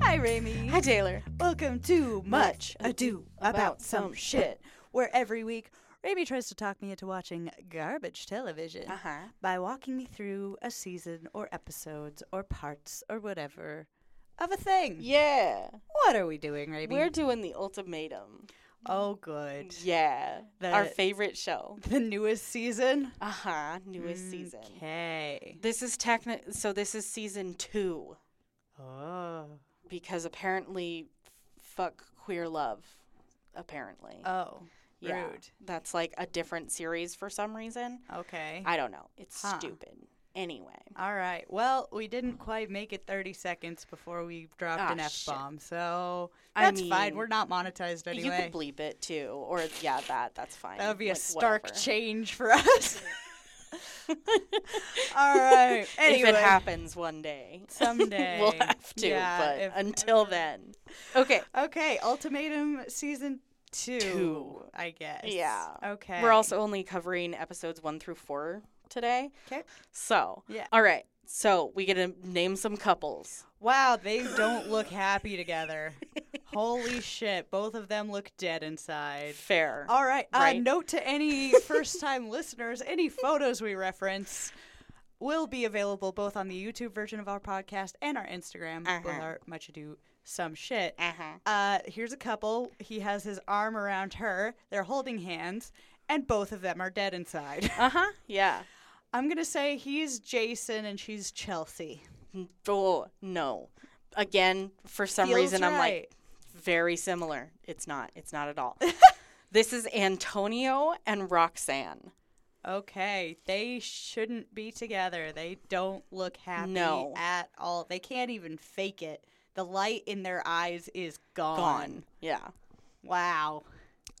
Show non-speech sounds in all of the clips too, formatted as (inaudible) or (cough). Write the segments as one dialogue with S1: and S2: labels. S1: Hi, Rami.
S2: Hi, Taylor.
S1: Welcome to Much Ado About Some Shit, where every week Rami tries to talk me into watching garbage television
S2: huh.
S1: by walking me through a season or episodes or parts or whatever of a thing.
S2: Yeah.
S1: What are we doing, Rami?
S2: We're doing the ultimatum.
S1: oh, good.
S2: Yeah. Our
S1: That-
S2: favorite show.
S1: The newest season?
S2: Uh huh. Newest
S1: Mm,
S2: season.
S1: Okay.
S2: This is techni So this is season two
S1: Oh.
S2: because apparently, fuck queer love. Apparently.
S1: Oh.
S2: Yeah.
S1: Rude.
S2: That's like a different series for some reason.
S1: Okay.
S2: I don't know. It's
S1: Huh.
S2: stupid. Anyway.
S1: All right. Well, we didn't quite make it 30 seconds before we dropped
S2: Ah,
S1: an F
S2: shit.
S1: bomb. So
S2: I
S1: that's fine.
S2: mean,
S1: We're not monetized
S2: You
S1: anyway.
S2: could bleep it too, or yeah, that that's fine.
S1: that would be a
S2: Like,
S1: stark
S2: whatever.
S1: change for (laughs)
S2: (laughs)
S1: us. All right. Anyway,
S2: If it happens one day, (laughs)
S1: someday
S2: we'll have to.
S1: Yeah,
S2: but
S1: if- uh,
S2: until then, okay.
S1: Okay. Ultimatum season two,
S2: Two.
S1: I guess.
S2: Yeah.
S1: Okay.
S2: We're also only covering episodes one through four today.
S1: 'Kay.
S2: So
S1: Yeah.
S2: all right. So we gonna name some couples.
S1: Wow, they don't look happy together. Holy shit. Both of them look dead inside.
S2: (laughs) Fair.
S1: All right. Uh,
S2: Right.
S1: note to any
S2: (laughs)
S1: first time listeners any photos we reference will be available both on the YouTube version of our podcast and our Instagram
S2: Uh-huh.
S1: with our Much Ado Some Shit.
S2: Uh huh.
S1: Uh, here's a couple. He has his arm around her, they're holding hands, and both of them are dead inside. (laughs)
S2: Uh huh. Yeah.
S1: I'm going to say he's Jason and she's Chelsea.
S2: Oh no. Again, for some
S1: Feels
S2: reason, I'm like
S1: right.
S2: very similar. It's not. It's not at
S1: (laughs)
S2: all. this is Antonio and Roxanne.
S1: Okay, they shouldn't be together. They don't look happy
S2: No.
S1: at all. They can't even fake it. The light in their eyes is gone.
S2: Gone. Yeah.
S1: Wow.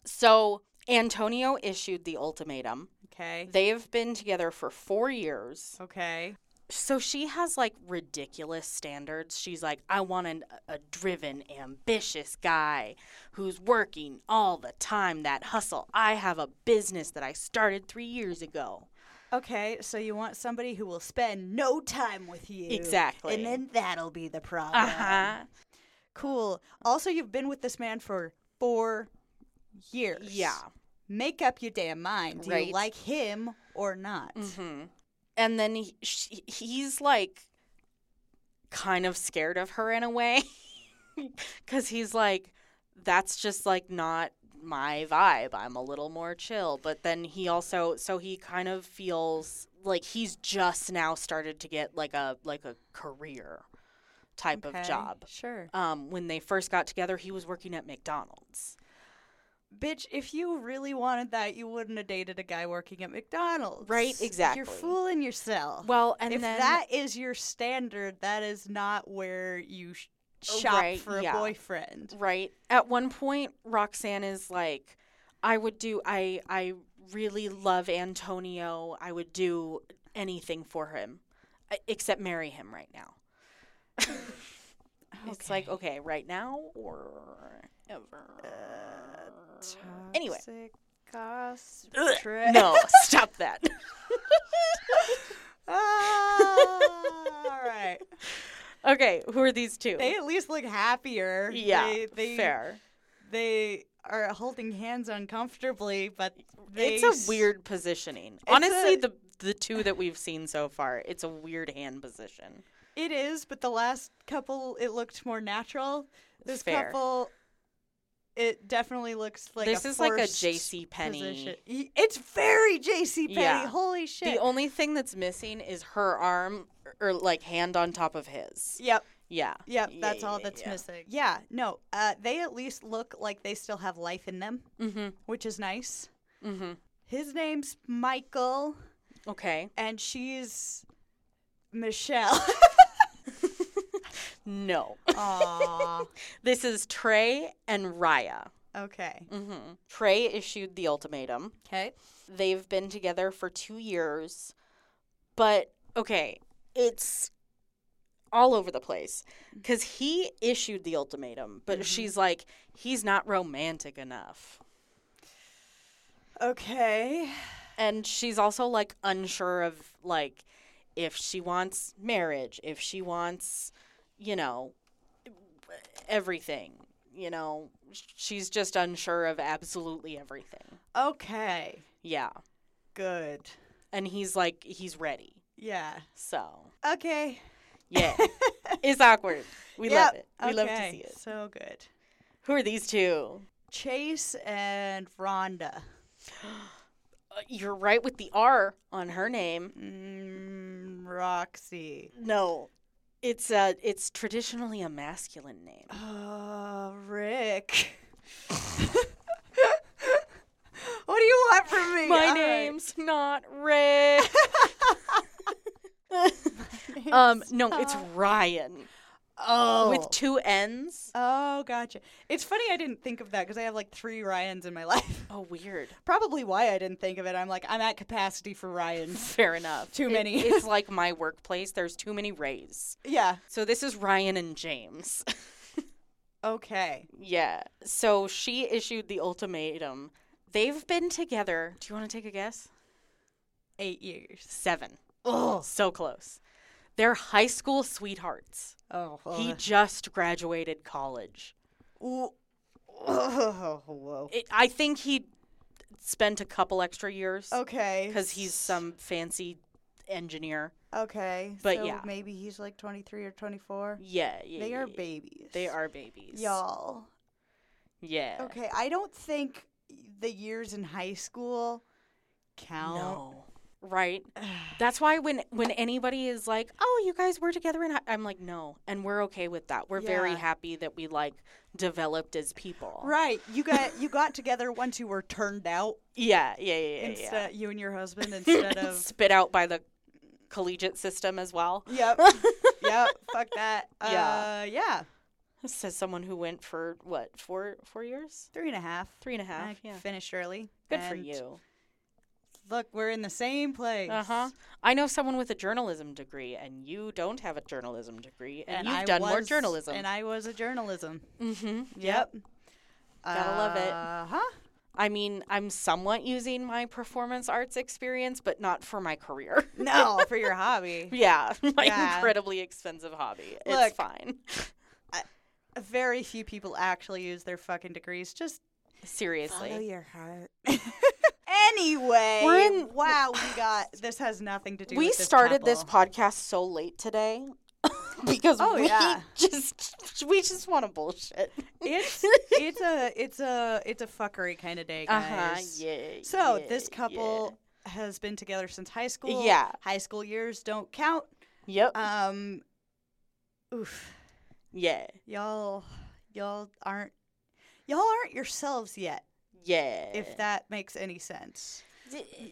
S2: So Antonio issued the ultimatum.
S1: Okay.
S2: They've been together for four years.
S1: okay.
S2: So she has like ridiculous standards. She's like, I want an, a driven, ambitious guy who's working all the time, that hustle. I have a business that I started three years ago.
S1: Okay, so you want somebody who will spend no time with you.
S2: Exactly.
S1: And then that'll be the problem.
S2: Uh huh.
S1: Cool. Also, you've been with this man for four years.
S2: Um, Yeah.
S1: Make up your damn mind. Do
S2: Right. Mm-hmm.
S1: you like him or not?
S2: And then he, she, he's like kind of scared of her in a way (laughs) because he's like, that's just like not my vibe. I'm a little more chill. But then he also, so he kind of feels like he's just now started to get like a like a career type
S1: Okay,
S2: of job.
S1: Sure.
S2: Um, when they first got together, he was working at McDonald's.
S1: Bitch, if you really wanted that, you wouldn't have dated a guy working at McDonald's.
S2: Right, exactly.
S1: You're fooling yourself.
S2: Well, and
S1: if
S2: then
S1: that is your standard, that is not where you sh- shop
S2: Oh, Right,
S1: for
S2: yeah.
S1: a boyfriend.
S2: Right. At one point, Roxanne is like, I would do, I, I really love Antonio. I would do anything for him e- except marry him right now. It's like, oh, okay, right now or ever.
S1: Uh,
S2: Anyway.
S1: Toxic cost
S2: Ugh,
S1: trip.
S2: (laughs) no, stop that.
S1: (laughs) Ah, all right.
S2: (laughs) okay, who are these two?
S1: They at least look happier.
S2: yeah,
S1: They, they,
S2: fair.
S1: They are holding hands uncomfortably, but they
S2: it's a weird positioning. Honestly,
S1: a-
S2: the the two that we've seen so far, it's a weird hand position.
S1: It is, but the last couple it looked more natural. This
S2: Fair.
S1: couple it definitely looks like
S2: this
S1: a
S2: is like a
S1: forced
S2: JC Penny.
S1: position. Y- It's very JC Penny.
S2: Yeah.
S1: Holy shit.
S2: The only thing that's missing is her arm or like hand on top of his.
S1: yep.
S2: Yeah.
S1: Yep,
S2: Yeah,
S1: that's
S2: yeah,
S1: all
S2: yeah,
S1: that's
S2: yeah.
S1: missing. Yeah, no. Uh, they at least look like they still have life in them,
S2: Mhm.
S1: which is nice.
S2: Mhm.
S1: His name's Michael
S2: Okay.
S1: and she's Michelle. (laughs)
S2: (laughs) No.
S1: Aw.
S2: this is Trey and Raya.
S1: okay.
S2: Mhm. Trey issued the ultimatum.
S1: Okay.
S2: They've been together for 2 years. But okay, it's all over the place cuz he issued the ultimatum, but she's like he's not romantic enough.
S1: Okay.
S2: and she's also like unsure of like if she wants marriage if she wants you know everything. You know, Sh- she's just unsure of absolutely everything.
S1: Okay.
S2: Yeah.
S1: Good.
S2: And he's like, he's ready.
S1: Yeah.
S2: So,
S1: Okay. (laughs)
S2: yeah. it's awkward. We love
S1: Yep.
S2: it. We love to
S1: Okay.
S2: see it.
S1: So good.
S2: Who are these two?
S1: Chase and Rhonda.
S2: Uh, You're right with the R on her name.
S1: Mm, Roxy.
S2: No. It's uh it's traditionally a masculine name.
S1: Uh, Rick. (laughs) what do you want from (laughs) me?
S2: My
S1: All right.
S2: name's not
S1: (laughs)
S2: Rick. um no, it's Ryan
S1: oh.
S2: with two N's.
S1: oh, gotcha. It's funny I didn't think of that because I have like three Ryans in my (laughs) life.
S2: Oh, weird.
S1: Probably why I didn't think of it. I'm like, I'm at capacity for Ryans.
S2: Fair enough.
S1: Too
S2: It-
S1: many.
S2: (laughs) it's like my workplace. There's too many Rays.
S1: (laughs) yeah.
S2: So this is Ryan and James. (laughs)
S1: Okay.
S2: yeah. So she issued the ultimatum. They've been together. Do you want to take a guess?
S1: Eight years.
S2: Seven.
S1: Oh.
S2: So close. They're high school sweethearts.
S1: Oh.
S2: He
S1: He.
S2: just graduated college.
S1: Oh. (laughs) Whoa.
S2: It, I think he spent a couple extra years
S1: Okay.
S2: because he's some fancy engineer.
S1: Okay.
S2: But
S1: so
S2: yeah.
S1: Maybe he's like 23 or 24.
S2: Yeah, yeah.
S1: They
S2: yeah,
S1: are
S2: yeah.
S1: babies.
S2: They are babies.
S1: Y'all.
S2: Yeah.
S1: Okay. I don't think the years in high school count.
S2: No. Right. That's why when when anybody is like, "Oh, you guys were together," and I'm like, "No," and we're okay with that. We're very
S1: Yeah.
S2: happy that we like developed as people.
S1: (sighs) Right. You got you got together once you were turned out
S2: Yeah. Yeah. (laughs) Yeah. yeah, (laughs) yeah.
S1: instead you and your husband instead of
S2: spit out by the collegiate system as well. (laughs)
S1: Yep. yep. Fuck that.
S2: Yeah.
S1: Uh yeah.
S2: Says someone who went for what four four years,
S1: Three and a half.
S2: three and a half.
S1: I
S2: yeah.
S1: finished early.
S2: Good for
S1: and
S2: you.
S1: Look, we're in the same place.
S2: Uh huh. I know someone with a journalism degree, and you don't have a journalism degree, and, you've
S1: I
S2: done more
S1: was-
S2: journalism.
S1: And I was a journalism.
S2: mm-hmm.
S1: Yep.
S2: Gotta love it.
S1: Uh
S2: (laughs)
S1: huh.
S2: I mean, I'm somewhat using my performance arts experience, but not for my career. (laughs)
S1: No, for your hobby.
S2: yeah, (laughs) my
S1: Yeah.
S2: incredibly expensive hobby.
S1: Look.
S2: it's fine.
S1: Very few people actually use their fucking degrees. Just
S2: Seriously.
S1: your heart. (laughs) anyway,
S2: We're in-
S1: wow, we got this has nothing to do.
S2: We
S1: with this
S2: started this
S1: couple.
S2: podcast so late today (laughs) because
S1: Oh,
S2: we
S1: yeah.
S2: (laughs) just we just want to bullshit. (laughs)
S1: It's it's a it's a it's a fuckery kind of day,
S2: Uh
S1: guys.
S2: huh. Yeah.
S1: So
S2: yeah,
S1: this couple has been together since high school.
S2: Yeah.
S1: high school years don't count.
S2: Yeah. Yep.
S1: Um, oof,
S2: yeah.
S1: y'all, y'all aren't y'all aren't yourselves yet.
S2: Yeah.
S1: If that makes any sense.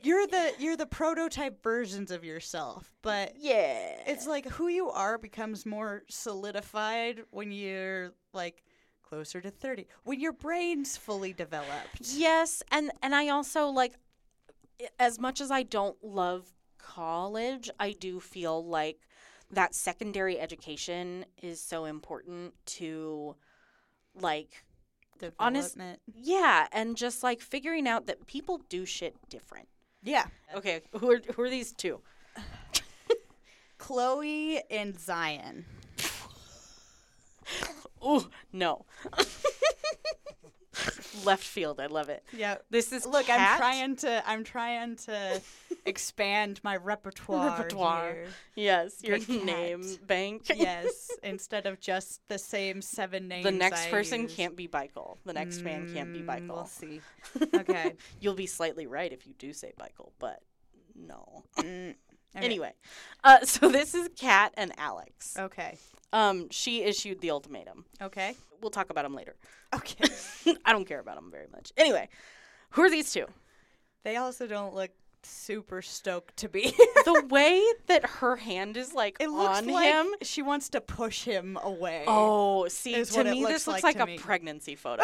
S1: you're the you're the prototype versions of yourself but
S2: yeah.
S1: it's like who you are becomes more solidified when you're like closer to 30 when your brain's fully developed
S2: Yes, and and I also like i- as much as I don't love college, I do feel like that secondary education is so important to like Honest-
S1: development
S2: yeah, and just like figuring out that people do shit different.
S1: yeah
S2: Okay, who are who are these two?
S1: chloe and zion
S2: Oh, (laughs) no. Left field, I love it.
S1: yeah
S2: This is
S1: look i'm
S2: Kat.
S1: trying to i'm trying (laughs) to expand my repertoire,
S2: Repertoire.
S1: here.
S2: Yes, your
S1: Kat.
S2: name bank.
S1: yes instead of just the same seven names
S2: The next
S1: I
S2: person
S1: use.
S2: can't be Michael. The next man can't be
S1: Mm,
S2: Michael.
S1: we'll
S2: (laughs)
S1: see okay
S2: You'll be slightly right if you do say Michael, but no.
S1: Okay.
S2: Anyway, uh, (laughs) so this is Kat and Alex.
S1: Okay.
S2: Um, she issued the ultimatum.
S1: Okay.
S2: We'll talk about them later. (laughs)
S1: Okay.
S2: I don't care about them very much. Anyway, who are these two?
S1: (laughs) they also don't look super stoked to be. (laughs)
S2: the way that her hand is like
S1: it looks
S2: on
S1: like
S2: him.
S1: she wants to push him away.
S2: Oh, see,
S1: is
S2: to
S1: what it
S2: me,
S1: looks
S2: this looks
S1: like
S2: like,
S1: to
S2: a
S1: me. (laughs)
S2: pregnancy photo.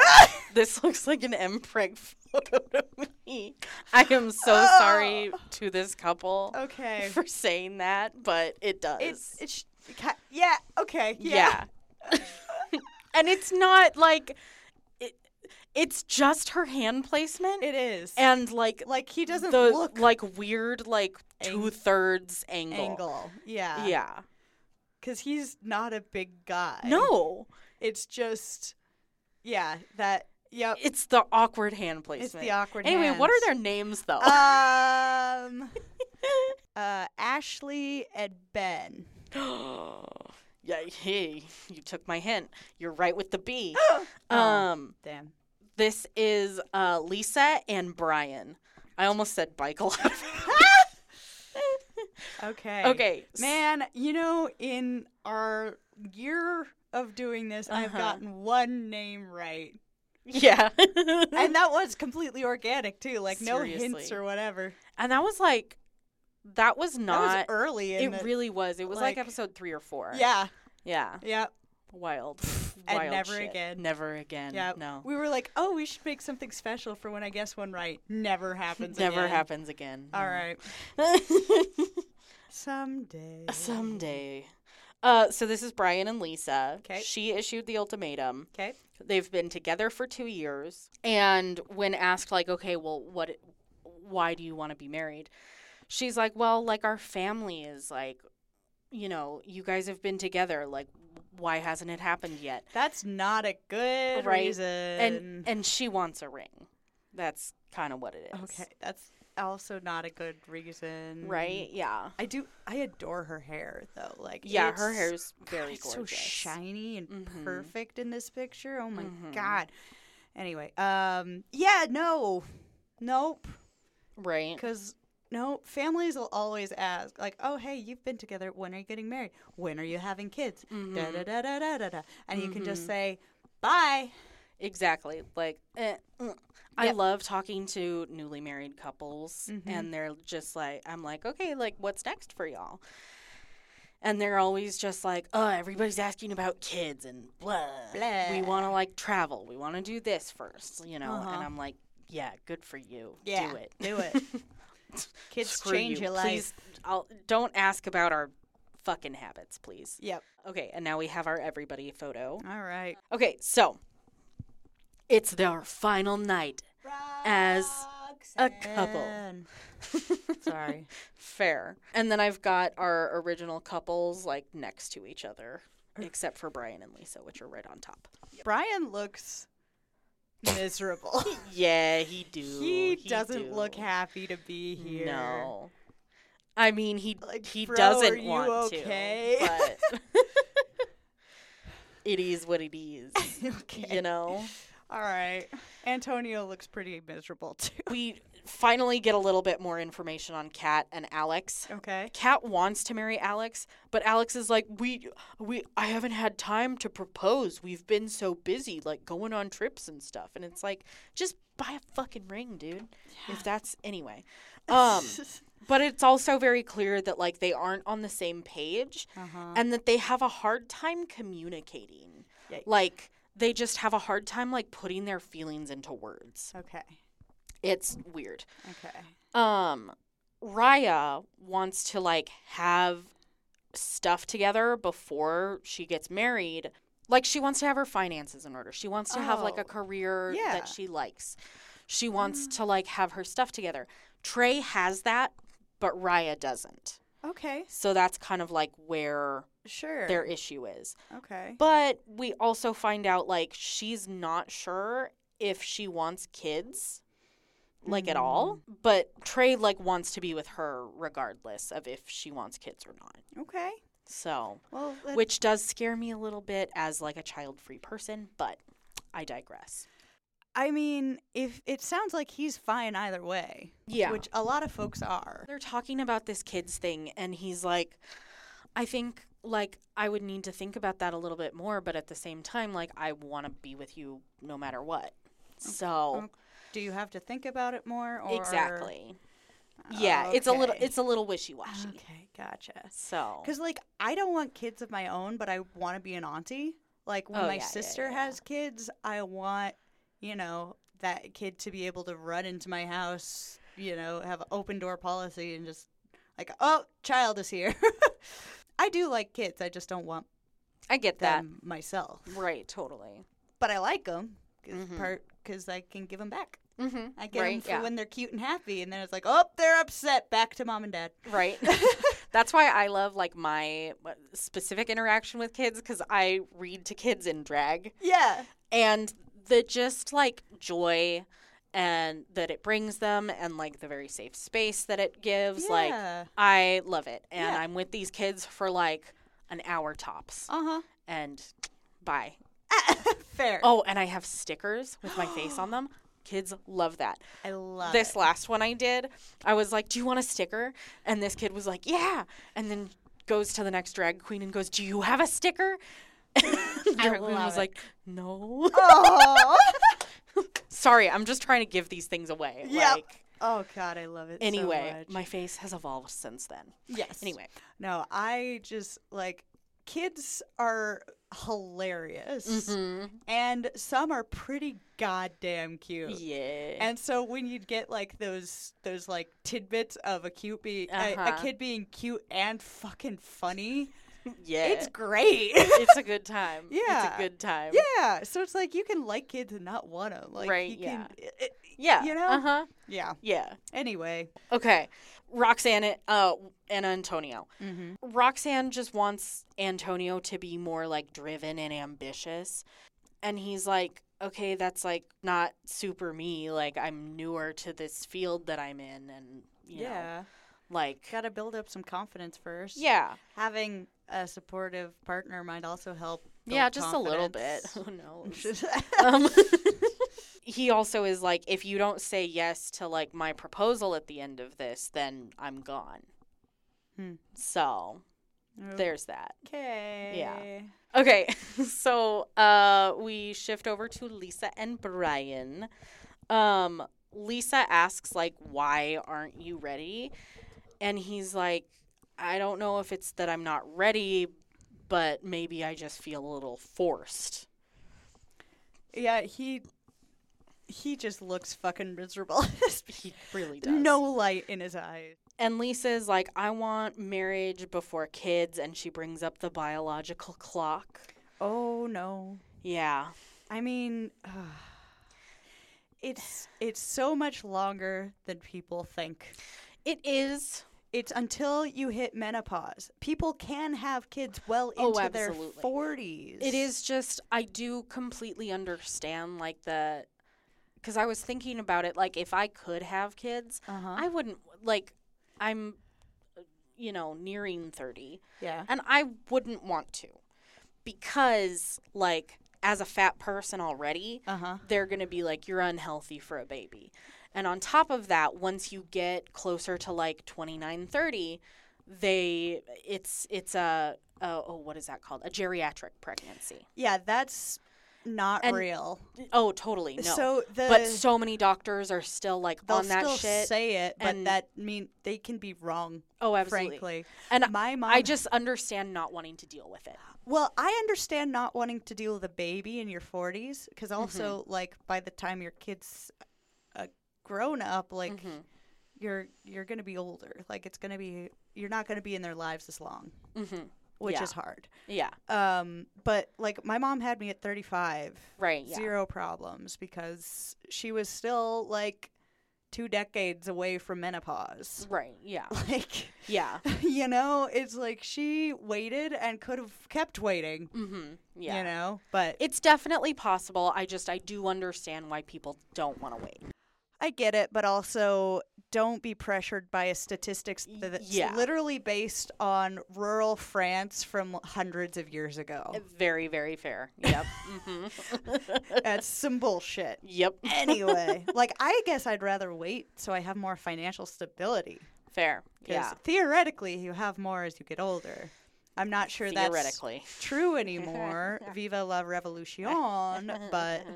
S2: this looks like an mpreg photo to me. I am so sorry to this couple.
S1: Oh. Okay.
S2: for saying that, but it does.
S1: It's it's ca- yeah. Okay.
S2: yeah. (laughs)
S1: Yeah.
S2: and it's not like it, it's just her hand placement
S1: It is.
S2: and like
S1: like he doesn't
S2: the
S1: look
S2: like weird like
S1: Ang-
S2: two thirds angle.
S1: angle. Yeah.
S2: Yeah.
S1: because he's not a big guy.
S2: No,
S1: it's just, yeah, that. Yep,
S2: it's the awkward hand placement.
S1: uh, it's the awkward.
S2: Anyway, what are
S1: hands.
S2: their names though?
S1: Um, (laughs) uh, Ashley and Ben. Uh,
S2: (gasps) yeah, hey, you took my hint. You're right with the B.
S1: (gasps) Oh.
S2: um,
S1: Damn.
S2: this is uh, Lisa and Brian. I almost said (laughs) Michael.
S1: Okay.
S2: okay, s-
S1: Man, you know, in our year of doing this, I've
S2: Uh-huh.
S1: gotten one name right.
S2: (laughs) Yeah,
S1: (laughs) And that was completely organic, too. Like, no hints
S2: Seriously.
S1: or whatever.
S2: and that was like, that was
S1: that was
S2: not.
S1: early in
S2: it
S1: the-
S2: really was. It was like,
S1: like-
S2: episode three or four.
S1: Yeah.
S2: yeah,
S1: Yep.
S2: wild, wild.
S1: (laughs) And never
S2: shit.
S1: again.
S2: Never again.
S1: Yep.
S2: No,
S1: We were like, oh, we should make something special for when I guess one right. Never happens
S2: never
S1: again.
S2: happens again.
S1: All
S2: no.
S1: right. Someday.
S2: (laughs) Someday. Uh, so this is Brian and Lisa.
S1: 'Kay.
S2: She issued the ultimatum.
S1: Okay.
S2: They've been together for two years, and when asked, like, okay, well, what, why do you want to be married? She's like, well, like our family is like, you know, you guys have been together. Like, why hasn't it happened yet?
S1: That's not a good
S2: Right.
S1: reason.
S2: And and she wants a ring. That's kind of what it is.
S1: okay. That's also not a good reason.
S2: Right? Yeah.
S1: I do. I adore her hair though. Like
S2: Yeah.
S1: it's-
S2: her hair's
S1: God,
S2: very
S1: it's
S2: gorgeous.
S1: so shiny and
S2: Mhm.
S1: perfect in this picture. Oh my
S2: Mhm.
S1: god. Anyway, um, yeah, no, nope,
S2: Right.
S1: because no families will always ask like, oh hey, you've been together. When are you getting married? When are you having kids?
S2: Mm-hmm.
S1: Da da da da da da da. And you can just say bye.
S2: Exactly. Like, eh, mm. I
S1: Yeah.
S2: love talking to newly married couples,
S1: Mhm.
S2: and they're just like, I'm like, okay, like, what's next for y'all? And they're always just like, oh, everybody's asking about kids and blah. We
S1: Blah.
S2: want to like travel. We want to do this first, you know?
S1: Uh-huh.
S2: And I'm like, yeah, good for you.
S1: Yeah,
S2: Do it. (laughs)
S1: do it. (laughs) Kids
S2: Screw
S1: change
S2: you.
S1: your life.
S2: Please, I'll, don't ask about our fucking habits, please.
S1: Yep.
S2: Okay, and now we have our everybody photo.
S1: All right.
S2: Okay, so it's their final (laughs) night. As a couple.
S1: Roxanne. (laughs) Sorry.
S2: Fair. And then I've got our original couples like next to each other, except for Brian and Lisa, which are right on top.
S1: Brian looks miserable.
S2: Yeah, he do.
S1: (laughs) he doesn't
S2: do.
S1: look happy to be here.
S2: No. I mean, he
S1: Like,
S2: he
S1: bro, are
S2: doesn't
S1: you
S2: want
S1: okay?
S2: to,
S1: (laughs)
S2: but it is what it is.
S1: (laughs) okay. (laughs)
S2: You know,
S1: All right. Antonio looks pretty miserable too. (laughs)
S2: we finally get a little bit more information on Kat and Alex.
S1: Okay.
S2: Kat wants to marry Alex, but Alex is like, "We we I haven't had time to propose. We've been so busy like going on trips and stuff." And it's like, "Just buy a fucking ring, dude." If that's anyway.
S1: (laughs)
S2: Um but it's also very clear that like they aren't on the same page
S1: uh-huh.
S2: and that they have a hard time communicating.
S1: Yikes.
S2: Like they just have a hard time like putting their feelings into words.
S1: Okay.
S2: It's weird
S1: Okay.
S2: um Raya wants to like have stuff together before she gets married. Like she wants to have her finances in order. She wants to have like
S1: Oh,
S2: a career
S1: yeah. Mm.
S2: that she likes. She wants to like have her stuff together. Trey has that, but Raya doesn't.
S1: Okay.
S2: So that's kind of like where
S1: Sure.
S2: their issue is.
S1: Okay.
S2: But we also find out like she's not sure if she wants kids like at all, but Trey like wants to be with her regardless of if she wants kids or not.
S1: Okay.
S2: So,
S1: Well, that-
S2: which does scare me a little bit as like a child-free person, but I digress.
S1: I mean, if it sounds like he's fine either way,
S2: Yeah.
S1: which a lot of folks are.
S2: They're talking about this kids thing, and he's like, I think like I would need to think about that a little bit more, but at the same time, like I want to be with you no matter what. So
S1: okay. Do you have to think about it more? Or...
S2: exactly, yeah, it's a little
S1: Okay.
S2: it's a little wishy washy.
S1: Ah, Okay, gotcha.
S2: So
S1: Because like I don't want kids of my own, but I want to be an auntie. Like when
S2: Oh,
S1: my
S2: yeah, yeah,
S1: sister
S2: yeah.
S1: has kids, I want you know that kid to be able to run into my house, you know, have an open door policy, and just like, oh, child is here. (laughs) I do like kids. I just don't want
S2: I get that.
S1: them myself,
S2: Right, totally.
S1: but I like them because
S2: Mhm.
S1: I can give them back.
S2: Mm-hmm.
S1: I get them
S2: right, (laughs)
S1: for when they're cute and happy, and then it's like, oh, they're upset. Back to mom and dad.
S2: Right. That's why I love like my uh, specific interaction with kids because I read to kids in drag
S1: Yeah.
S2: and the just like joy and that it brings them and like the very safe space that it gives like
S1: yeah.
S2: I love it and
S1: Yeah.
S2: I'm with these kids for like an hour tops
S1: Uh
S2: and bye.
S1: huh. (laughs) Fair.
S2: Oh, and I have stickers with my face
S1: (gasps)
S2: on them. Kids love that.
S1: I love
S2: this
S1: it.
S2: last one I did, I was like, "Do you want a sticker?" And this kid was like, "Yeah." And then goes to the next drag queen and goes, "Do you have a sticker?" (laughs) drag queen
S1: love
S2: was
S1: it.
S2: like, "No."
S1: (laughs)
S2: (laughs)
S1: Oh.
S2: Sorry, I'm just trying to give these things away.
S1: Yep.
S2: Like
S1: oh God, I love it. so
S2: anyway,
S1: much.
S2: my face has evolved since then.
S1: yes.
S2: Anyway,
S1: No, I just like kids are hilarious,
S2: Mm-hmm.
S1: mm-hmm. and some are pretty goddamn cute.
S2: yeah.
S1: And so when you'd get like those those like tidbits of a cute be a, a
S2: Uh-huh.
S1: kid being cute and fucking funny,
S2: yeah.
S1: it's great.
S2: it's a good time. It's
S1: Yeah.
S2: a good time.
S1: yeah, so it's like you can like kids and not want them. Like
S2: Right,
S1: You can, i- i-
S2: Yeah.
S1: You know?
S2: Uh-huh.
S1: yeah.
S2: Yeah.
S1: Anyway.
S2: Okay. Roxanne uh and Antonio.
S1: Mm-hmm.
S2: Roxanne just wants Antonio to be more like driven and ambitious. And he's like, okay, that's like not super me. Like, I'm newer to this field that I'm in. And, you know,
S1: Yeah.
S2: like,
S1: Got to build up some confidence first.
S2: yeah.
S1: Having a supportive partner might also help. build
S2: Yeah, just a little bit.
S1: confidence.
S2: (laughs) Who
S1: (laughs)
S2: knows? um, (laughs) he also is like, if you don't say yes to like my proposal at the end of this, then I'm gone.
S1: Hmm.
S2: So there's that.
S1: okay.
S2: Okay, (laughs) so uh, we shift over to Lisa and Brian. Um, Lisa asks, like, why aren't you ready? And he's like, I don't know if it's that I'm not ready, but maybe I just feel a little forced.
S1: Yeah, he he just looks fucking miserable. (laughs)
S2: He really does.
S1: no light in his eyes.
S2: And Lisa is like, I want marriage before kids, and she brings up the biological clock.
S1: Oh no.
S2: Yeah.
S1: I mean, (sighs) it's it's so much longer than people think.
S2: It is.
S1: It's until you hit menopause. People can have kids well
S2: Oh,
S1: into their
S2: absolutely.
S1: 40s.
S2: It is just I do completely understand like the cuz I was thinking about it like if I could have kids,
S1: Uh-huh.
S2: I wouldn't like I'm uh, you know, nearing 30
S1: Yeah.
S2: and I wouldn't want to because like as a fat person already,
S1: Uh-huh.
S2: they're going to be like you're unhealthy for a baby. And on top of that, once you get closer to like 29, 30, they it's it's a, a oh what is that called? A geriatric pregnancy.
S1: Yeah, that's not
S2: And-
S1: real.
S2: Oh, totally. No.
S1: So the
S2: but so many doctors are still like
S1: they'll
S2: on that
S1: still
S2: shit.
S1: say it, but
S2: and-
S1: that mean they can be wrong.
S2: oh, absolutely.
S1: Frankly,
S2: And
S1: my mom.
S2: I just understand not wanting to deal with it.
S1: well, I understand not wanting to deal with a baby in your forties, because
S2: Mm-hmm.
S1: also like by the time your kids a grown up, like
S2: Mhm.
S1: you're you're gonna be older. Like it's gonna be you're not gonna be in their lives as long,
S2: Mm-hmm.
S1: which
S2: Yeah.
S1: is hard.
S2: Yeah.
S1: Um, but like my mom had me at thirty five.
S2: Right. Yeah.
S1: zero problems because she was still like two decades away from menopause.
S2: Right. Yeah.
S1: (laughs) Like,
S2: Yeah.
S1: you know, it's like she waited and could have kept waiting,
S2: Mm-hmm. Yeah.
S1: you know, but
S2: It's definitely possible. I just I do understand why people don't want to wait.
S1: I get it. But also, don't be pressured by a statistics
S2: Y-
S1: that's
S2: yeah.
S1: literally based on rural France from hundreds of years
S2: (laughs)
S1: ago.
S2: Very, very fair.
S1: (laughs)
S2: Yep. hmm
S1: that's some bullshit.
S2: (laughs) Yep.
S1: Anyway, like, I guess I'd rather wait so I have more financial stability.
S2: Fair.
S1: Because
S2: Yeah.
S1: theoretically, you have more as you get older. I'm not sure that's
S2: Theoretically. (laughs)
S1: true anymore. Viva la revolution.
S2: (laughs)
S1: But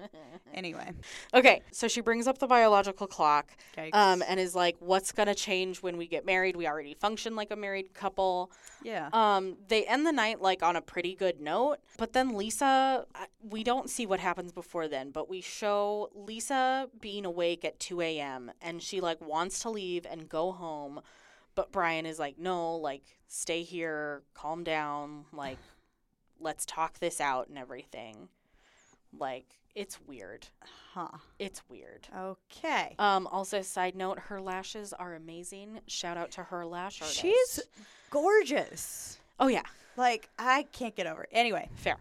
S1: anyway.
S2: Okay. So she brings up the biological clock.
S1: Yikes.
S2: um, and is like, "What's gonna change when we get married? We already function like a married couple."
S1: yeah.
S2: Um, they end the night like on a pretty good note, but then Lisa, I- we don't see what happens before then, but we show Lisa being awake at two a.m. and she like wants to leave and go home, but Brian is like, "No, like stay here, calm down, like let's talk this out and everything." Like it's weird.
S1: Huh.
S2: It's weird.
S1: Okay.
S2: Um, also, side note, her lashes are amazing. Shout out to her lash artist.
S1: She's gorgeous.
S2: oh yeah,
S1: Like I can't get over it. Anyway,
S2: fair.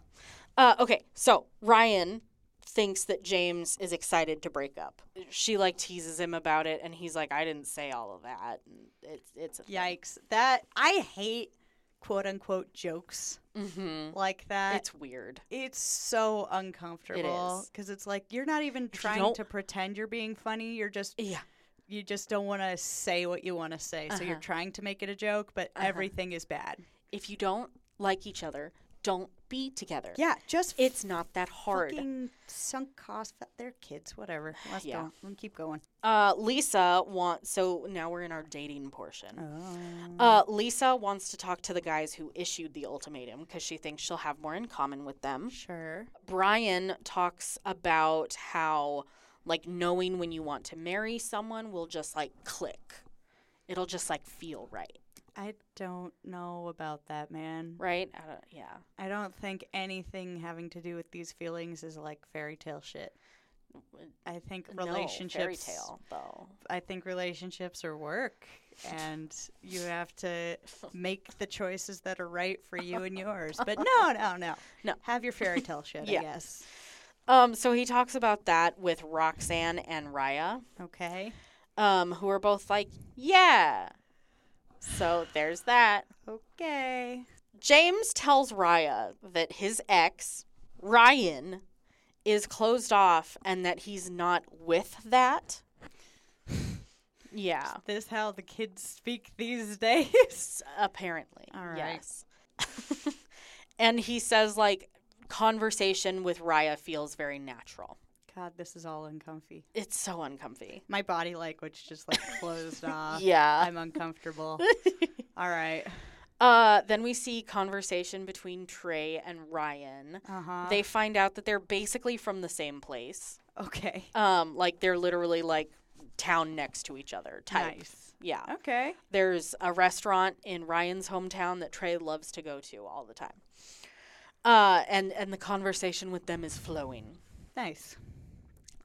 S2: Uh, okay, so Ryan thinks that James is excited to break up. She like teases him about it, and he's like, "I didn't say all of that." And it's it's a
S1: yikes. That I hate quote unquote jokes
S2: hmm
S1: like that.
S2: It's weird.
S1: It's so uncomfortable
S2: is.
S1: because it's like you're not even
S2: you
S1: trying
S2: don't-
S1: to pretend you're being funny. You're just
S2: Yeah,
S1: you just don't want to say what you want to say, so you're
S2: Uh-huh.
S1: trying to make it a joke, but
S2: Uh-huh.
S1: everything is bad.
S2: if you don't like each other, don't be together.
S1: Yeah, just
S2: it's not that hard.
S1: fucking sunk cost. They're kids, whatever. Let's
S2: Yeah.
S1: go. Let's keep going.
S2: Uh, Lisa wants. So now we're in our dating portion.
S1: Oh.
S2: Uh, Lisa wants to talk to the guys who issued the ultimatum because she thinks she'll have more in common with them.
S1: sure.
S2: Brian talks about how, like, knowing when you want to marry someone will just, like, click. It'll just, like, feel right.
S1: I don't know about that, man.
S2: Right? I don't, yeah.
S1: I don't think anything having to do with these feelings is like fairy tale shit. I think
S2: No, fairy
S1: relationships.
S2: tale, though.
S1: I think relationships are work, and you have
S2: (laughs)
S1: to make the choices that are right for you and yours.
S2: (laughs)
S1: But no, no, no,
S2: No.
S1: Have your fairy tale shit.
S2: (laughs) Yeah.
S1: I guess.
S2: Um, so he talks about that with Roxanne and Raya,
S1: Okay.
S2: um, who are both like, yeah. So there's that.
S1: Okay.
S2: James tells Raya that his ex, Ryan, is closed off and that he's not with that. Yeah.
S1: This how the kids speak these (laughs) days.
S2: S- Apparently.
S1: All right.
S2: Yes. (laughs) and he says, like, conversation with Raya feels very natural.
S1: God, this is all uncomfy.
S2: It's so uncomfy.
S1: My body language just
S2: (laughs)
S1: like closed off.
S2: yeah.
S1: I'm
S2: (laughs)
S1: uncomfortable. all right.
S2: Uh, then we see conversation between Trey and Ryan.
S1: Uh huh.
S2: They find out that they're basically from the same place.
S1: Okay.
S2: Um, like they're literally like town next to each other type.
S1: Nice.
S2: Yeah.
S1: Okay.
S2: There's a restaurant in Ryan's hometown that Trey loves to go to all the time. Uh, and and the conversation with them is flowing.
S1: Nice.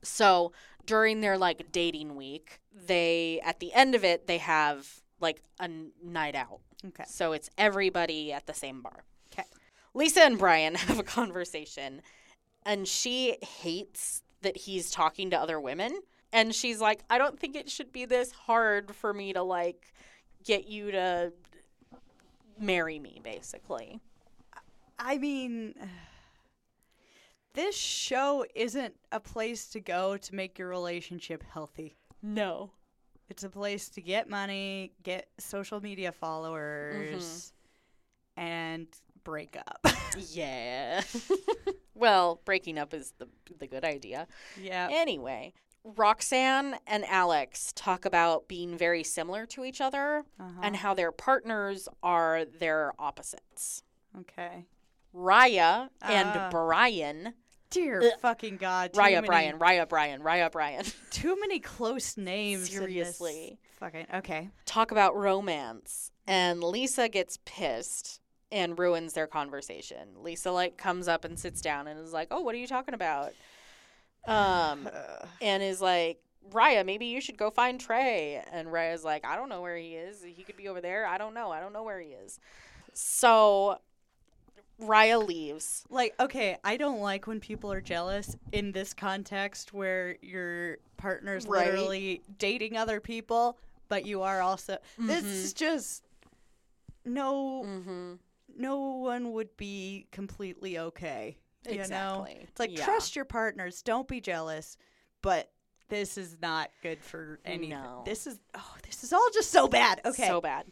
S2: So during their like dating week, they at the end of it they have like a n- night out.
S1: Okay.
S2: So it's everybody at the same bar.
S1: 'Kay.
S2: Lisa and Brian (laughs) have a conversation, and she hates that he's talking to other women. And she's like, I don't think it should be this hard for me to like get you to marry me, basically.
S1: I mean, this show isn't a place to go to make your relationship healthy.
S2: No.
S1: It's a place to get money, get social media followers, Mm-hmm. and break up. (laughs)
S2: Yeah. (laughs) well, breaking up is the the good idea.
S1: yeah.
S2: Anyway, Roxanne and Alex talk about being very similar to each other
S1: Uh-huh.
S2: and how their partners are their opposites.
S1: okay.
S2: Raya and
S1: Ah.
S2: Brian.
S1: Dear
S2: Ugh.
S1: fucking God. Too
S2: Raya,
S1: many,
S2: Brian, Raya, Brian, Raya, Brian. (laughs)
S1: Too many close names. in this
S2: Seriously.
S1: Fucking. Okay.
S2: Talk about romance. And Lisa gets pissed and ruins their conversation. Lisa like comes up and sits down and is like, "Oh, what are you talking about?"
S1: (laughs)
S2: Um,
S1: Ugh.
S2: and is like, Raya, maybe you should go find Trey. And Raya's like, I don't know where he is. He could be over there. I don't know. I don't know where he is. So Raya leaves.
S1: Like, okay, I don't like when people are jealous in this context where your partner's
S2: Right.
S1: literally dating other people, but you are also. This is just no.
S2: Mm-hmm.
S1: No one would be completely okay. You know,
S2: Exactly.
S1: it's like
S2: Yeah.
S1: trust your partners. Don't be jealous, but this is not good for anything.
S2: No.
S1: This is oh, this is all just so bad. Okay,
S2: So bad.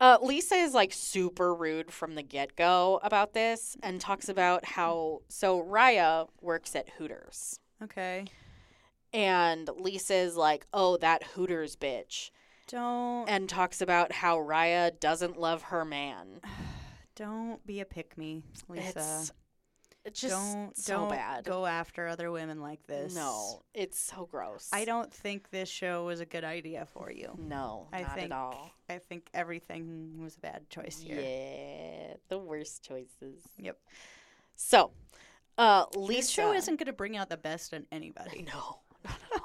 S2: Uh, Lisa is like super rude from the get go about this and talks about how. So Raya works at Hooters.
S1: okay,
S2: And Lisa's like, oh, that Hooters bitch.
S1: don't
S2: And talks about how Raya doesn't love her man.
S1: don't be a pick me, Lisa.
S2: It's it's just
S1: don't
S2: so
S1: don't
S2: bad.
S1: go after other women like this.
S2: No, it's so gross.
S1: I don't think this show was a good idea for you.
S2: No,
S1: I
S2: not
S1: think
S2: at all.
S1: I think everything was a bad choice here.
S2: Yeah, the worst choices.
S1: Yep.
S2: So, Uh,
S1: This
S2: Lisa.
S1: show isn't going to bring out the best in anybody.
S2: No, not at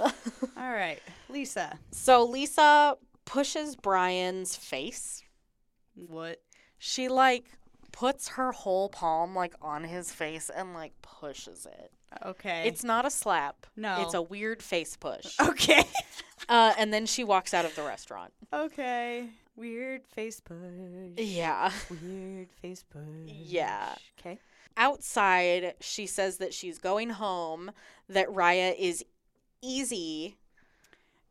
S2: (laughs) all.
S1: All right, Lisa.
S2: so Lisa pushes Brian's face.
S1: What?
S2: She like puts her whole palm like on his face and like pushes it.
S1: Okay.
S2: It's not a slap.
S1: No.
S2: It's a weird face push. (laughs)
S1: okay.
S2: uh, and then she walks out of the restaurant.
S1: okay. Weird face push.
S2: Yeah.
S1: Weird face push.
S2: Yeah.
S1: Okay.
S2: Outside, she says that she's going home, that Raya is easy.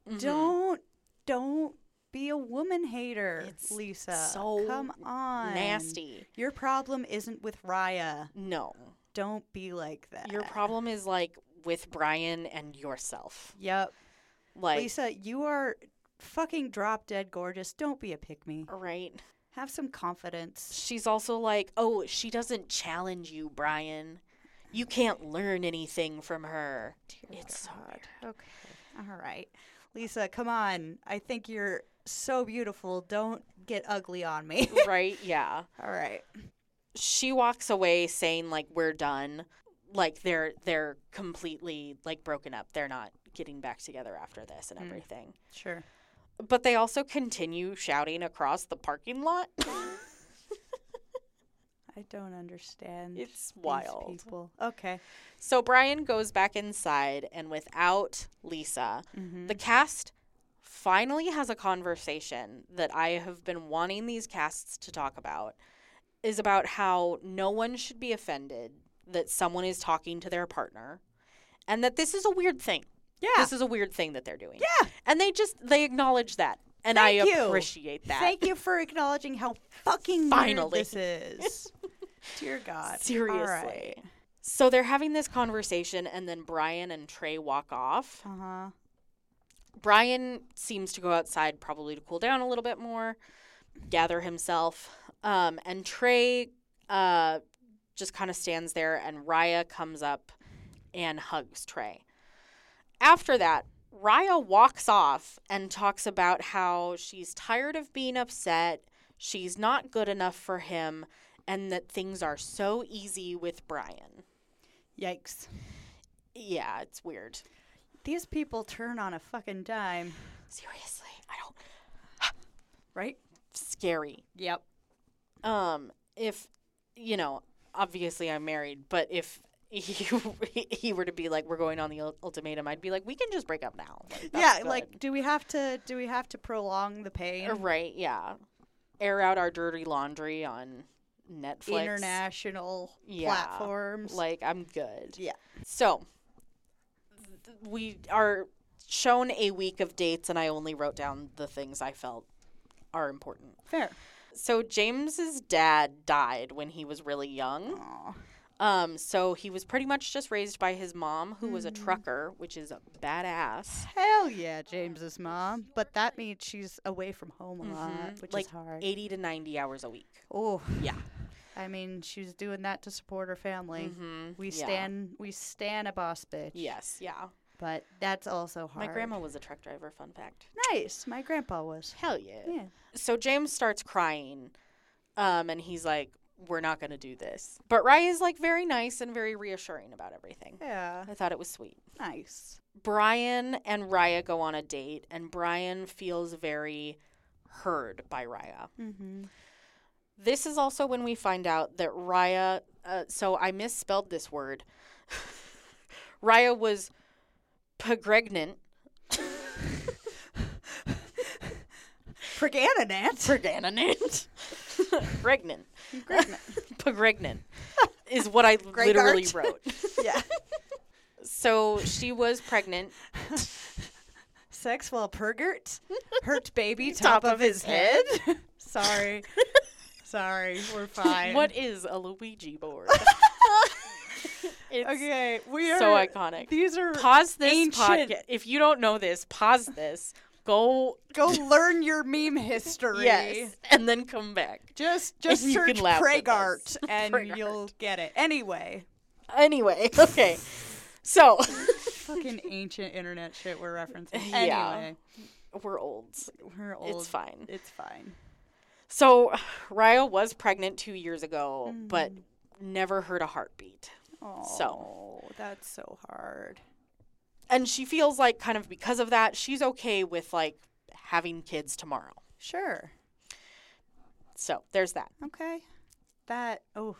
S2: Mhm.
S1: Don't don't be a woman hater,
S2: It's
S1: Lisa.
S2: so
S1: come on.
S2: Nasty.
S1: Your problem isn't with Raya.
S2: No.
S1: Don't be like that.
S2: Your problem is like with Brian and yourself.
S1: Yep.
S2: Like,
S1: Lisa, you are fucking drop dead gorgeous. Don't be a pick me.
S2: right?
S1: Have some confidence.
S2: She's also like, oh, she doesn't challenge you, Brian. You can't learn anything from her. It's so weird.
S1: Okay. All right. Lisa, come on. I think you're so beautiful. Don't get ugly on me.
S2: (laughs)
S1: (laughs)
S2: right? Yeah.
S1: All right.
S2: She walks away saying like we're done. Like they're they're completely like broken up. They're not getting back together after this and
S1: Mm.
S2: everything.
S1: Sure.
S2: But they also continue shouting across the parking lot. (laughs)
S1: I don't understand.
S2: it's
S1: these
S2: wild.
S1: people. Okay.
S2: So Brian goes back inside and without Lisa,
S1: Mhm.
S2: the cast finally has a conversation that I have been wanting these casts to talk about is about how no one should be offended that someone is talking to their partner and that this is a weird thing.
S1: Yeah.
S2: This is a weird thing that they're doing.
S1: Yeah.
S2: And they just they acknowledge that and I
S1: Thank you.
S2: appreciate that.
S1: Thank you for acknowledging how fucking Finally.
S2: Finally.
S1: this
S2: (laughs)
S1: is. Dear God.
S2: Seriously. So they're having this conversation and then Brian and Trey walk off.
S1: Uh huh.
S2: Brian seems to go outside probably to cool down a little bit more, gather himself. Um, and Trey uh, just kind of stands there, and Raya comes up and hugs Trey. After that, Raya walks off and talks about how she's tired of being upset, she's not good enough for him, and that things are so easy with Brian.
S1: Yikes.
S2: Yeah, it's weird.
S1: These people turn on a fucking dime,
S2: Seriously, I don't.
S1: right?
S2: Scary.
S1: Yep.
S2: um if you know obviously i'm married but if (laughs) he, he were to be like we're going on the ul- ultimatum i'd be like we can just break up now Like,
S1: yeah,
S2: that's
S1: like do we have to do we have to prolong the pain?
S2: good. Uh, right yeah air out our dirty laundry on netflix
S1: International
S2: Yeah,
S1: platforms.
S2: like i'm good
S1: Yeah.
S2: so th- we are shown a week of dates and i only wrote down the things i felt are important
S1: Fair.
S2: so james's dad died when he was really young
S1: Aw.
S2: Um, so he was pretty much just raised by his mom, who was a
S1: Mm-hmm.
S2: trucker, which is badass.
S1: Hell yeah, James's mom. But that means she's away from home a lot,
S2: Mhm.
S1: Mm-hmm. which
S2: Like,
S1: is hard.
S2: Eighty to ninety hours a week.
S1: Oh,
S2: Yeah.
S1: I mean, she's doing that to support her family.
S2: Mm-hmm.
S1: We stand we stand a boss bitch.
S2: Yes. Yeah.
S1: But that's also hard.
S2: My grandma was a truck driver. Fun fact.
S1: Nice. My grandpa was.
S2: Hell yeah.
S1: Yeah.
S2: So James starts crying, um, and he's like, "We're not gonna do this." But Rye is like very nice and very reassuring about everything.
S1: Yeah.
S2: I thought it was sweet.
S1: Nice.
S2: Brian and Raya go on a date, and Brian feels very heard by Raya.
S1: Mm-hmm.
S2: This is also when we find out that Raya. Uh, so I misspelled this word. (laughs) Raya was pregnant.
S1: Pregananant.
S2: Pregnant. (laughs) pregnant.
S1: Pregnant. (laughs)
S2: Pregnant is what I
S1: Great
S2: literally
S1: art.
S2: wrote.
S1: yeah.
S2: So she was pregnant.
S1: Sex while
S2: (laughs)
S1: pergert. Hurt baby top, of his head. (laughs)
S2: (laughs)
S1: Sorry. Sorry. We're fine.
S2: What is a
S1: (laughs)
S2: Luigi board? it's
S1: Okay. We are.
S2: so iconic.
S1: These are.
S2: (laughs) Pause this
S1: ancient-
S2: podcast. If you don't know this, pause this. Go
S1: go learn your meme history.
S2: yes, (laughs) and then come back.
S1: Just just
S2: you can
S1: search
S2: laugh with
S1: Pregart
S2: (laughs) us.
S1: and
S2: Pregart.
S1: you'll get it. Anyway,
S2: Anyway, (laughs) okay. So (laughs)
S1: fucking ancient internet shit we're referencing.
S2: Yeah.
S1: Anyway,
S2: we're old.
S1: we're old.
S2: It's fine.
S1: It's fine.
S2: Mm-hmm. So Raya was pregnant two years ago, but never heard a heartbeat.
S1: Oh,
S2: So.
S1: that's so hard.
S2: And she feels like, kind of because of that, she's okay with like having kids tomorrow.
S1: Sure.
S2: So there's that.
S1: Okay. That oh,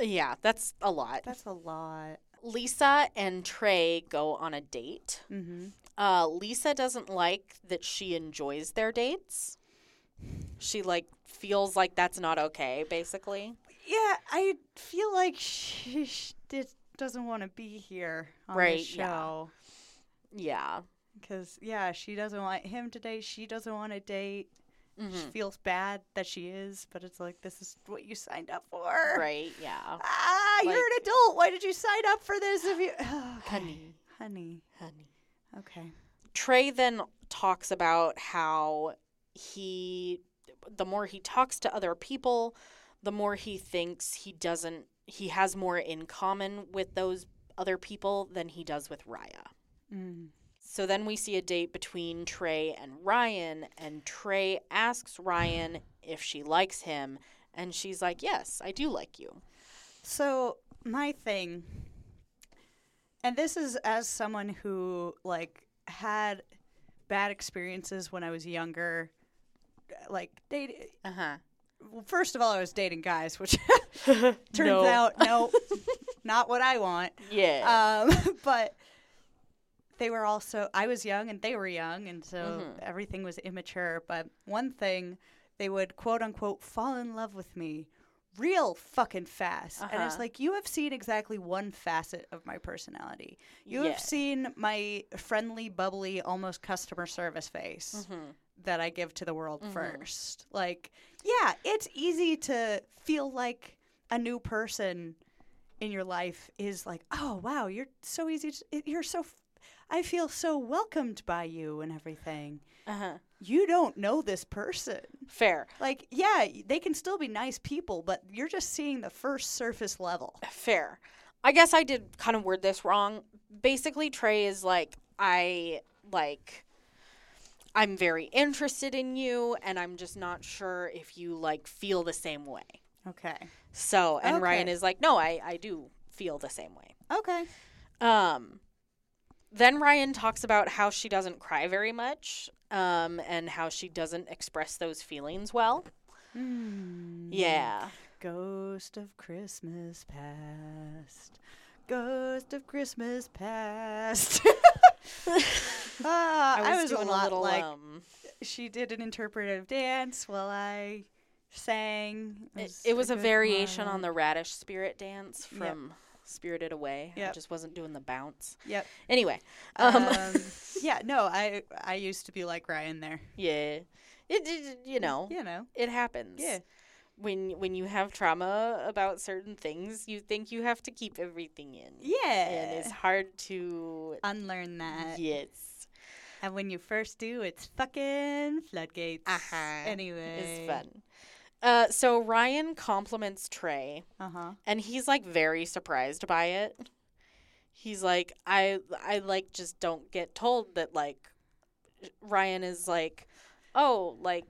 S2: Yeah, that's a lot.
S1: that's a lot.
S2: Lisa and Trey go on a date.
S1: Mm-hmm.
S2: Uh, Lisa doesn't like that she enjoys their dates. She like feels like that's not okay, basically.
S1: Yeah, I feel like she, sh did, doesn't want to be here on
S2: Right,
S1: the
S2: yeah.
S1: show
S2: Yeah.
S1: because yeah. she doesn't want him to date. She doesn't want to date. She
S2: Mhm.
S1: feels bad that she is, but it's like this is what you signed up for.
S2: Right. Yeah.
S1: (laughs) Ah, you're an adult. Why did you sign up for this? If you, (sighs) Okay,
S2: (sighs) Honey,
S1: honey.
S2: honey.
S1: Okay.
S2: Trey then talks about how he, the more he talks to other people, the more he thinks he doesn't, he has more in common with those other people than he does with Raya.
S1: Mm.
S2: So then we see a date between Trey and Ryan, and Trey asks Ryan if she likes him, and she's like, Yes, I do like you.
S1: So my thing, and this is as someone who like had bad experiences when I was younger, like dating.
S2: Uh huh.
S1: Well, first of all, I was dating guys, which (laughs)
S2: Turns
S1: turns out no, not what I want.
S2: Yeah.
S1: Um, (laughs) but they were also I was young and they were young, and so
S2: Mhm.
S1: everything was immature. But one thing, they would quote unquote fall in love with me real fucking fast. And it's
S2: Uh-huh.
S1: like you have seen exactly one facet of my personality. You
S2: Yeah.
S1: have seen my friendly, bubbly, almost customer service face
S2: Mhm.
S1: that I give to the world
S2: Mhm.
S1: first. Like, yeah, it's easy to feel like a new person in your life is like, oh wow, you're so easy. To, you're so. f- I feel so welcomed by you and everything.
S2: Uh-huh.
S1: You don't know this person.
S2: Fair.
S1: Like, yeah, they can still be nice people, but you're just seeing the first surface level.
S2: Fair. I guess I did kind of word this wrong. Basically, Trey is like, I like, I'm very interested in you, and I'm just not sure if you like feel the same way.
S1: Okay.
S2: So, and
S1: Okay.
S2: Ryan is like, no, I, I do feel the same way.
S1: Okay.
S2: Um, then Ryan talks about how she doesn't cry very much um, and how she doesn't express those feelings well.
S1: Mm. Mm-hmm.
S2: Yeah.
S1: Ghost of Christmas past. Ghost of Christmas past. (laughs) Ah, I, was a lot like
S2: um,
S1: she did an interpretive dance while I sang.
S2: it, it was a variation on the radish spirit dance
S1: Yep.
S2: from Spirited Away. I
S1: Yep.
S2: just wasn't doing the bounce.
S1: Yep.
S2: Anyway,
S1: Um,
S2: um, (laughs)
S1: yeah. No, I I used to be like Ryan there.
S2: yeah, it, it you know
S1: You know.
S2: it happens.
S1: Yeah.
S2: when when you have trauma about certain things, you think you have to keep everything in,
S1: Yeah.
S2: and it's hard to
S1: Unlearn that.
S2: yes,
S1: And when you first do, it's fucking floodgates.
S2: Uh-huh.
S1: Anyway.
S2: it's fun. Uh, so Ryan compliments Trey
S1: Uh huh.
S2: and he's like very surprised by it. He's like, I, I like just don't get told that like Ryan is like, oh, like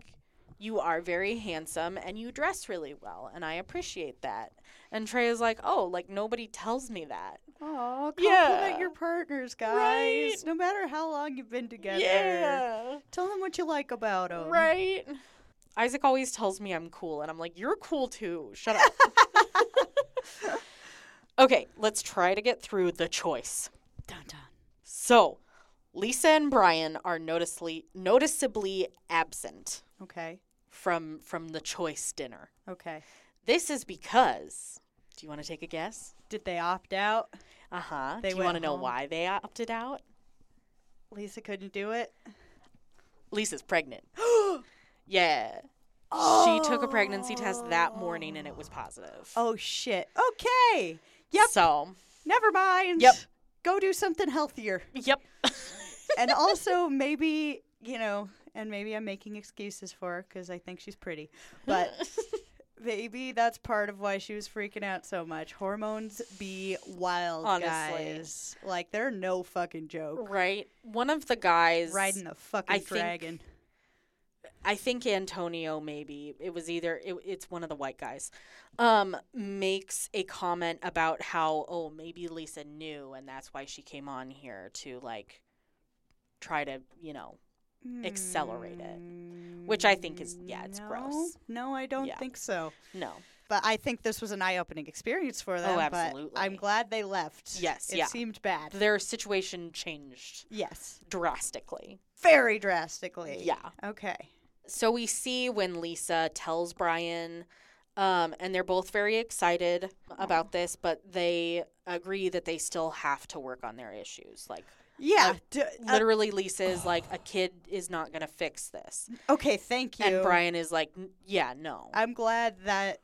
S2: you are very handsome and you dress really well, and I appreciate that. And Trey is like, oh, like nobody tells me that.
S1: Oh, compliment
S2: Yeah.
S1: your partners, guys.
S2: Right.
S1: No matter how long you've been together.
S2: Yeah,
S1: Tell them what you like about them.
S2: right. Um, Isaac always tells me I'm cool, and I'm like, you're cool too. Shut up.
S1: (laughs)
S2: okay, let's try to get through the choice.
S1: Dun, dun.
S2: So, Lisa and Brian are noticeably noticeably absent
S1: Okay.
S2: from from the choice dinner.
S1: Okay.
S2: This is because do you want to take a guess?
S1: Did they opt out?
S2: Uh-huh.
S1: They
S2: do you want to
S1: went
S2: know
S1: home.
S2: why they opted out?
S1: Lisa couldn't do it. (gasps)
S2: Lisa's pregnant. (gasps) yeah. She took a pregnancy test that morning and it was positive.
S1: Oh, shit. Okay. Yep.
S2: So,
S1: Never mind.
S2: Yep.
S1: Go do something healthier.
S2: yep.
S1: and also, (laughs) maybe, you know, and maybe I'm making excuses for her because I think she's pretty.
S2: (laughs)
S1: But maybe that's part of why she was freaking out so much. Hormones be wild,
S2: Honestly.
S1: guys. Like, they're no fucking joke.
S2: right. One of the guys
S1: Riding the fucking
S2: I think-
S1: dragon.
S2: I think Antonio maybe it was either it, it's one of the white guys um makes a comment about how oh maybe Lisa knew and that's why she came on here to like try to you know accelerate it, which I think is- yeah, it's
S1: Mm, no,
S2: gross.
S1: No, I don't
S2: Yeah.
S1: think so.
S2: no
S1: But I think this was an eye-opening experience for them. But I'm
S2: Oh, absolutely.
S1: glad they left.
S2: Yes,
S1: it
S2: yeah.
S1: seemed bad.
S2: their situation changed
S1: yes,
S2: drastically
S1: very drastically.
S2: yeah
S1: Okay.
S2: so we see when Lisa tells Brian, um, and they're both very excited about this, but they agree that they still have to work on their issues. Like,
S1: Yeah. d- uh,
S2: literally, Lisa is like, a kid is not going to fix this.
S1: okay. Thank you.
S2: And Brian is like, "N- yeah, no.
S1: I'm glad that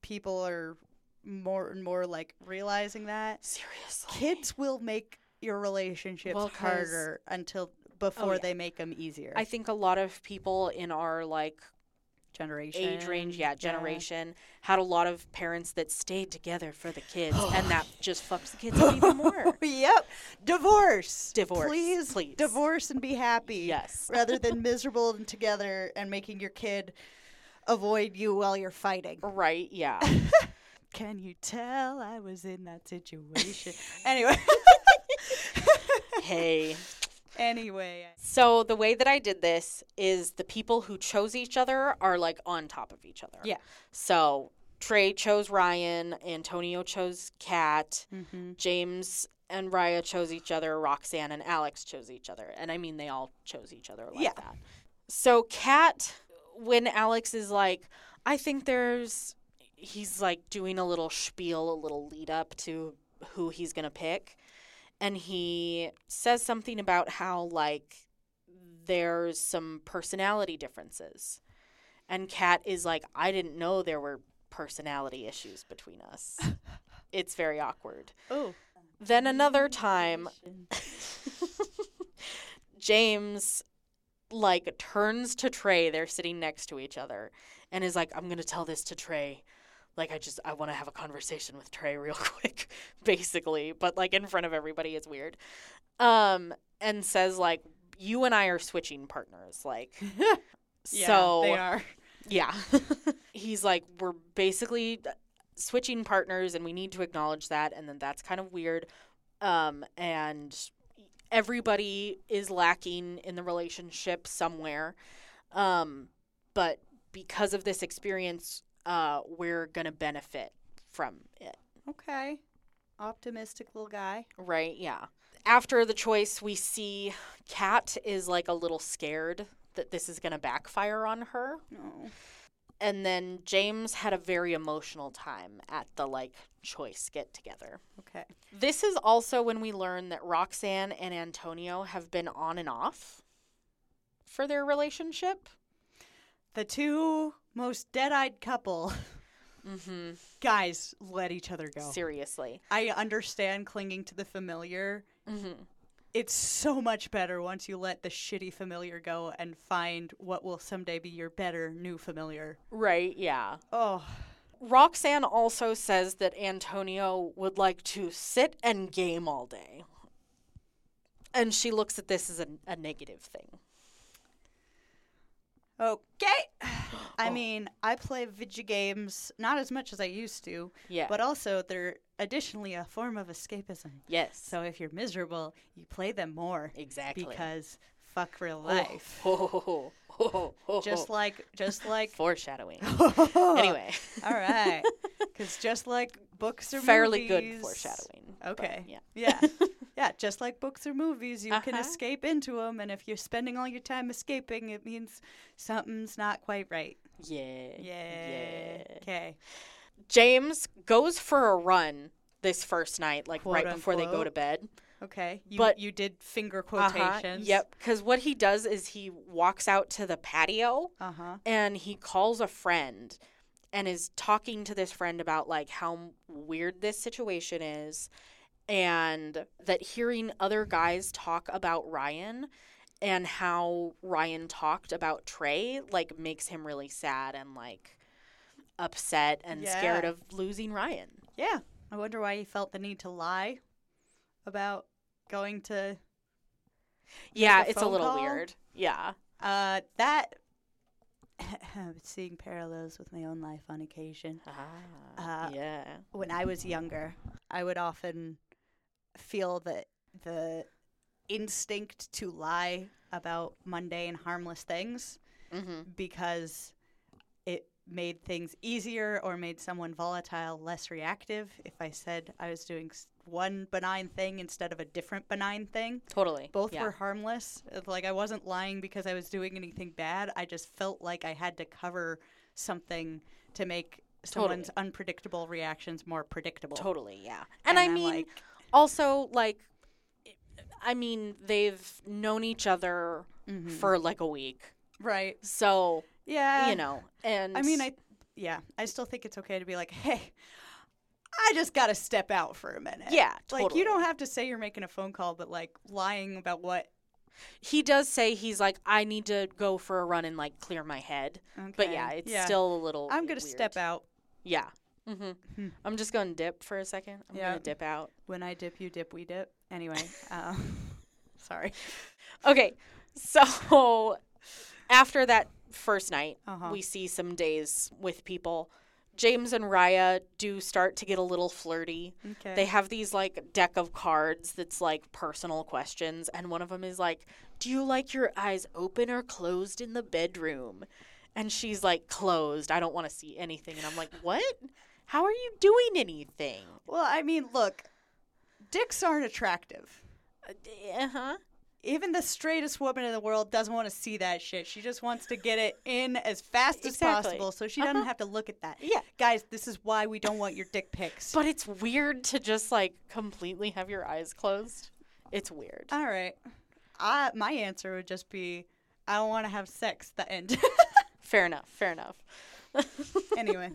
S1: people are more and more like realizing that
S2: Seriously.
S1: kids will make your relationships
S2: Well, 'cause- Oh,
S1: harder until before
S2: yeah.
S1: they make them easier.
S2: I think a lot of people in our like
S1: generation,
S2: age range, yeah, generation, had a lot of parents that stayed together for
S1: (gasps)
S2: the kids, and that just fucks the kids up
S1: (laughs)
S2: even more.
S1: (laughs) yep. Divorce.
S2: Divorce,
S1: Please,
S2: please.
S1: Divorce and be happy.
S2: Yes.
S1: rather than (laughs) miserable and together and making your kid avoid you while you're fighting.
S2: Right? Yeah.
S1: (laughs) Can you tell I was in that situation?
S2: (laughs)
S1: anyway. (laughs)
S2: hey.
S1: anyway.
S2: So the way that I did this is the people who chose each other are like on top of each other.
S1: Yeah.
S2: So Trey chose Ryan, Antonio chose Kat,
S1: Mm-hmm.
S2: James and Raya chose each other, Roxanne and Alex chose each other. And I mean they all chose each other like
S1: Yeah.
S2: that. So Kat when Alex is like, I think there's he's like doing a little spiel, a little lead up to who he's gonna pick. And he says something about how like there's some personality differences. And Kat is like, I didn't know there were personality issues between
S1: (laughs)
S2: us. it's very awkward.
S1: Oh.
S2: Then another time,
S1: (laughs)
S2: James like turns to Trey. They're sitting next to each other and is like, I'm going to tell this to Trey. Like, I just, I want to have a conversation with Trey real (laughs) quick, basically, but like in front of everybody is weird. Um, and says, like, you and I are switching partners. Like,
S1: (laughs) Yeah,
S2: so
S1: they are.
S2: yeah. He's like, we're basically switching partners and we need to acknowledge that. And then that's kind of weird. Um, and everybody is lacking in the relationship somewhere. Um, but because of this experience, uh, we're going to benefit from it.
S1: Okay. Optimistic little guy.
S2: Right? Yeah. After the choice, we see Kat is like a little scared that this is going to backfire on her.
S1: Oh.
S2: and then James had a very emotional time at the like choice get together.
S1: Okay.
S2: This is also when we learn that Roxanne and Antonio have been on and off for their relationship.
S1: The two most dead-eyed couple (laughs)
S2: Mm-hmm.
S1: guys let each other go.
S2: Seriously.
S1: I understand clinging to the familiar.
S2: Mm-hmm.
S1: It's so much better once you let the shitty familiar go and find what will someday be your better new familiar.
S2: Right, yeah.
S1: Oh,
S2: Roxanne also says that Antonio would like to sit and game all day. And she looks at this as a, a negative thing.
S1: okay. (gasps) I mean, I play video games not as much as I used to,
S2: Yeah.
S1: but uh, also they're additionally a form of escapism.
S2: yes.
S1: So if you're miserable, you play them more
S2: exactly.
S1: because fuck real
S2: Oh, (laughs)
S1: life.
S2: ho, ho, ho, ho, ho, ho,
S1: Just
S2: ho.
S1: like,
S2: (laughs)
S1: just like. (laughs)
S2: foreshadowing.
S1: anyway, (laughs)
S2: anyway,
S1: all
S2: (laughs)
S1: right. Because just like books or
S2: fairly good
S1: movies-
S2: foreshadowing. but
S1: Okay.
S2: yeah. (laughs)
S1: Yeah. yeah. Just like books or movies, you can
S2: Uh-huh.
S1: escape into them. And if you're spending all your time escaping, it means something's not quite right.
S2: Yeah.
S1: Yeah.
S2: Yeah.
S1: Okay.
S2: James goes for a run this first night, like
S1: Quote,
S2: right before they go to
S1: unquote.
S2: bed.
S1: Okay. You,
S2: But-
S1: you did finger
S2: Uh-huh.
S1: quotations.
S2: Yep. Because what he does is he walks out to the patio
S1: Uh huh.
S2: and he calls a friend and is talking to this friend about like how m- weird this situation is and that hearing other guys talk about Ryan and how Ryan talked about Trey like makes him really sad and like upset and scared
S1: Yeah.
S2: of losing Ryan.
S1: Yeah. I wonder why he felt the need to lie about going to
S2: Yeah,
S1: a
S2: it's a
S1: phone
S2: little
S1: call?
S2: weird. Yeah.
S1: uh, that. (laughs) seeing parallels with my own life on occasion.
S2: Ah,
S1: Uh,
S2: yeah.
S1: When I was younger, I would often feel that the instinct to lie about mundane, harmless things
S2: Mm-hmm.
S1: because it made things easier or made someone volatile less reactive if I said I was doing s- one benign thing instead of a different benign thing.
S2: Totally.
S1: Both
S2: yeah.
S1: were harmless. It's Like I wasn't lying because I was doing anything bad. I just felt like I had to cover something to make someone's unpredictable reactions more predictable.
S2: totally. Yeah. And, I
S1: I'm
S2: mean,
S1: like,
S2: also like, I mean, they've known each other
S1: mhm.
S2: for like a week,
S1: right.
S2: so
S1: Yeah.
S2: you know. And
S1: I mean, I yeah, I still think it's okay to be like, "Hey, I just got to step out for a minute."
S2: yeah,
S1: Like you
S2: totally.
S1: don't have to say you're making a phone call, but like lying about what.
S2: He does say he's like, I need to go for a run and like clear my head. But yeah,
S1: Okay,
S2: it's still a little.
S1: I'm gonna step
S2: weird.
S1: out.
S2: Yeah. Mm-hmm.
S1: Hmm.
S2: I'm just gonna dip for a second. I'm
S1: Yeah.
S2: gonna dip out.
S1: When I dip, you dip. We dip.
S2: (laughs)
S1: Anyway, um, (laughs) sorry.
S2: Okay, so (laughs) after that first night,
S1: Uh-huh.
S2: we see some days with people. James and Raya do start to get a little flirty.
S1: Okay.
S2: They have these like deck of cards that's like personal questions, and one of them is like, "Do you like your eyes open or closed in the bedroom?" And she's like, "Closed. I don't want to see anything." And I'm like, "What? How are you doing anything?"
S1: well, I mean, look, dicks aren't attractive.
S2: Uh huh.
S1: Even the straightest woman in the world doesn't want to see that shit. She just wants to get it in as fast as
S2: Exactly.
S1: possible, so she
S2: Uh-huh.
S1: doesn't have to look at that.
S2: Yeah.
S1: Guys, this is why we don't want your dick pics.
S2: But it's weird to just like completely have your eyes closed. It's weird.
S1: All right. I, my answer would just be, I don't want to have sex. The end. (laughs)
S2: Fair enough. Fair enough.
S1: anyway.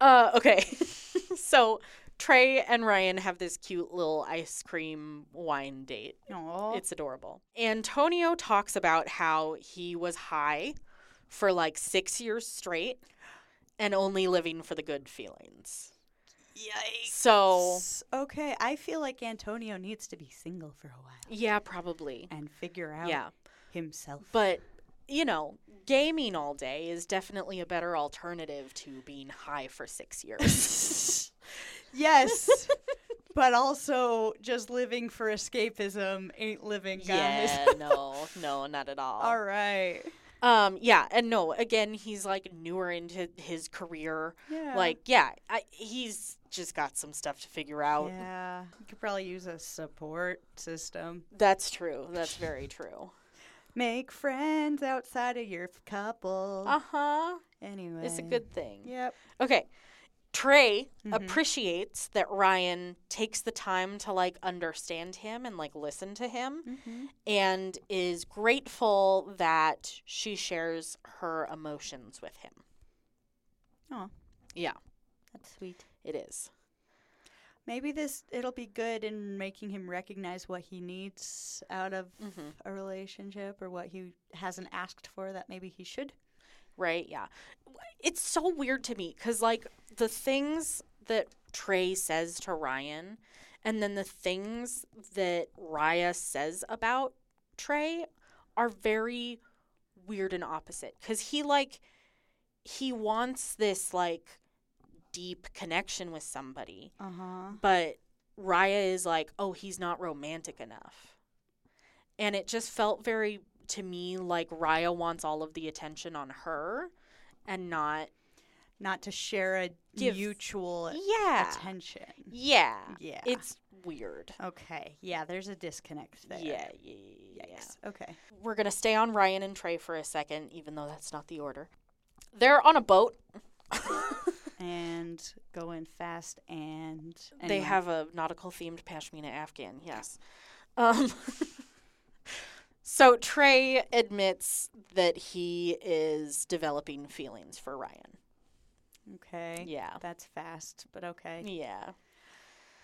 S2: Uh, okay. (laughs) so Trey and Ryan have this cute little ice cream wine date.
S1: Aw.
S2: It's adorable. Antonio talks about how he was high for like six years straight and only living for the good feelings.
S1: Yikes.
S2: So,
S1: Okay, I feel like Antonio needs to be single for a while
S2: yeah, probably.
S1: and figure out
S2: Yeah.
S1: himself.
S2: But, you know, gaming all day is definitely a better alternative to being high for (laughs) six years.
S1: yes, but also just living for escapism ain't living, guys.
S2: (laughs) yeah, no, no, not at all.
S1: (laughs) All right.
S2: Um, yeah, and no, again, he's like newer into his career.
S1: Yeah.
S2: Like, yeah, I, he's just got some stuff to figure out.
S1: Yeah, you could probably use a support system.
S2: That's true. That's very true.
S1: Make friends outside of your f- couple.
S2: Uh huh.
S1: anyway,
S2: It's a good thing.
S1: Yep.
S2: Okay. Trey
S1: Mhm.
S2: appreciates that Ryan takes the time to like understand him and like listen to him.
S1: Mm-hmm.
S2: and is grateful that she shares her emotions with him.
S1: That's sweet.
S2: It is.
S1: Maybe this it'll be good in making him recognize what he needs out of
S2: Mhm.
S1: a relationship or what he hasn't asked for that maybe he should.
S2: Right? Yeah. It's so weird to me because, like, the things that Trey says to Ryan and then the things that Raya says about Trey are very weird and opposite because he, like, he wants this, like, deep connection with somebody.
S1: Uh huh.
S2: but Raya is like, oh, he's not romantic enough. And it just felt very, to me, like Raya wants all of the attention on her and not.
S1: Not to share a
S2: Give-
S1: mutual
S2: Yeah.
S1: attention.
S2: Yeah.
S1: Yeah.
S2: It's weird.
S1: okay. Yeah, there's a disconnect there.
S2: Yeah, yeah, yeah, yeah.
S1: Yikes. Okay.
S2: We're going to stay on Ryan and Trey for a second, even though that's not the order. They're on a boat. (laughs)
S1: And going fast and
S2: They
S1: anyway.
S2: have a nautical themed Pashmina Afghan, yes. Um, (laughs) so Trey admits that he is developing feelings for Ryan.
S1: Okay.
S2: Yeah.
S1: That's fast, but okay.
S2: Yeah.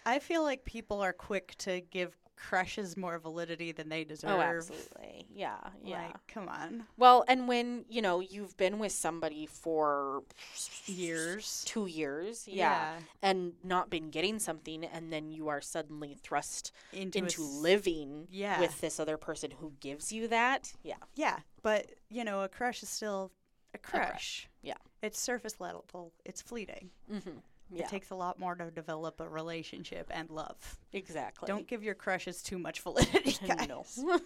S1: I feel like people are quick to give crushes more validity than they deserve.
S2: Oh, absolutely. Yeah. Yeah.
S1: Like, come on.
S2: well, and when, you know, you've been with somebody for
S1: Years.
S2: two years, yeah, and not been getting something, and then you are suddenly thrust
S1: Yeah. Into, a
S2: into
S1: s-
S2: living
S1: Yeah.
S2: with this other person who gives you that. Yeah.
S1: Yeah, but you know, a crush is still a crush.
S2: Yeah.
S1: It's surface level. It's fleeting.
S2: Mm-hmm. Yeah.
S1: It takes a lot more to develop a relationship and love.
S2: exactly.
S1: Don't give your crushes too much validity, (laughs) guys.
S2: (laughs) No.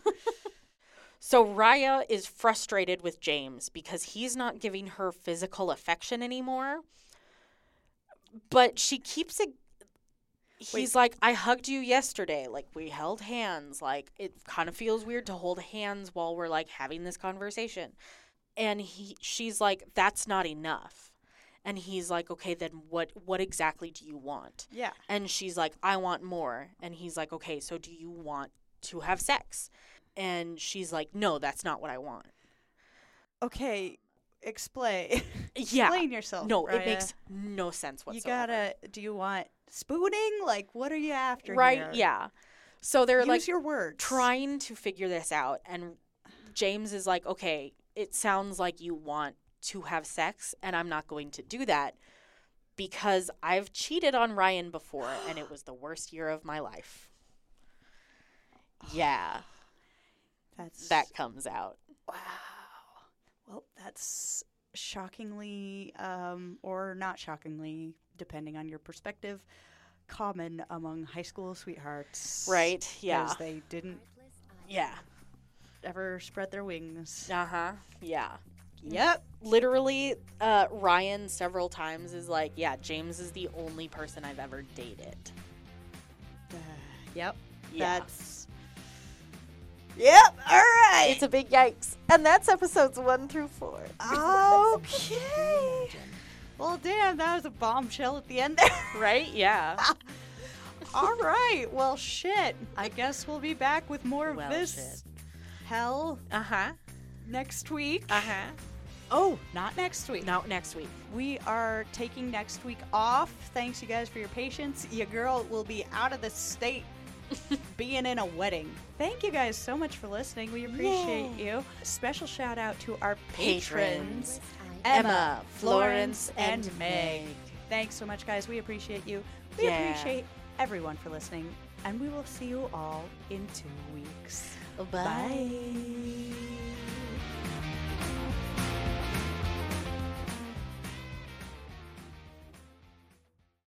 S2: so Raya is frustrated with James because he's not giving her physical affection anymore. But she keeps it. He's like, I hugged you yesterday. Like, we held hands. Like, it kind of feels weird to hold hands while we're like having this conversation. And he, she's like, that's not enough. And he's like, okay, then what, what exactly do you want?
S1: Yeah.
S2: And she's like, I want more. And he's like, okay, so do you want to have sex? And she's like, no, that's not what I want.
S1: Okay. (laughs) Explain.
S2: Yeah.
S1: Explain yourself.
S2: No, it
S1: Raya.
S2: makes no sense
S1: You
S2: whatsoever.
S1: gotta. Do you want spooning? Like, what are you after?
S2: Right?
S1: here?
S2: Yeah. So they're
S1: Use
S2: like
S1: your words.
S2: trying to figure this out. And James is like, okay, it sounds like you want to have sex, and I'm not going to do that because I've cheated on Ryan before, and it was the worst year of
S1: (sighs)
S2: my life. Yeah,
S1: That's
S2: that comes out.
S1: Wow. Well, that's shockingly, um, or not shockingly, depending on your perspective, common among high school sweethearts.
S2: Right? Yeah.
S1: Because they didn't
S2: Yeah.
S1: ever spread their wings.
S2: Uh huh. Yeah.
S1: Yep.
S2: Literally, uh, Ryan several times is like, yeah, James is the only person I've ever dated.
S1: Uh, (sighs) yep.
S2: Yeah.
S1: That's. Yep. All right.
S2: it's a big yikes. And that's episodes one through four.
S1: Oh. okay. Well, damn, that was a bombshell at the end there.
S2: (laughs)
S1: (laughs)
S2: Right? Yeah.
S1: All right. Well, shit. I guess we'll be back with more
S2: Well,
S1: of this hell
S2: Uh huh.
S1: next week.
S2: Uh huh.
S1: oh, not next week.
S2: Now next week.
S1: We are taking next week off. Thanks, you guys, for your patience. Your girl will be out of the (laughs) state being in a wedding. Thank you guys so much for listening. We appreciate you. Special shout out to our patrons,
S2: Patrons. Emma, Florence, and Meg.
S1: Thanks so much, guys. We appreciate you. We
S2: Yeah.
S1: appreciate everyone for listening. And we will see you all in two weeks. Bye.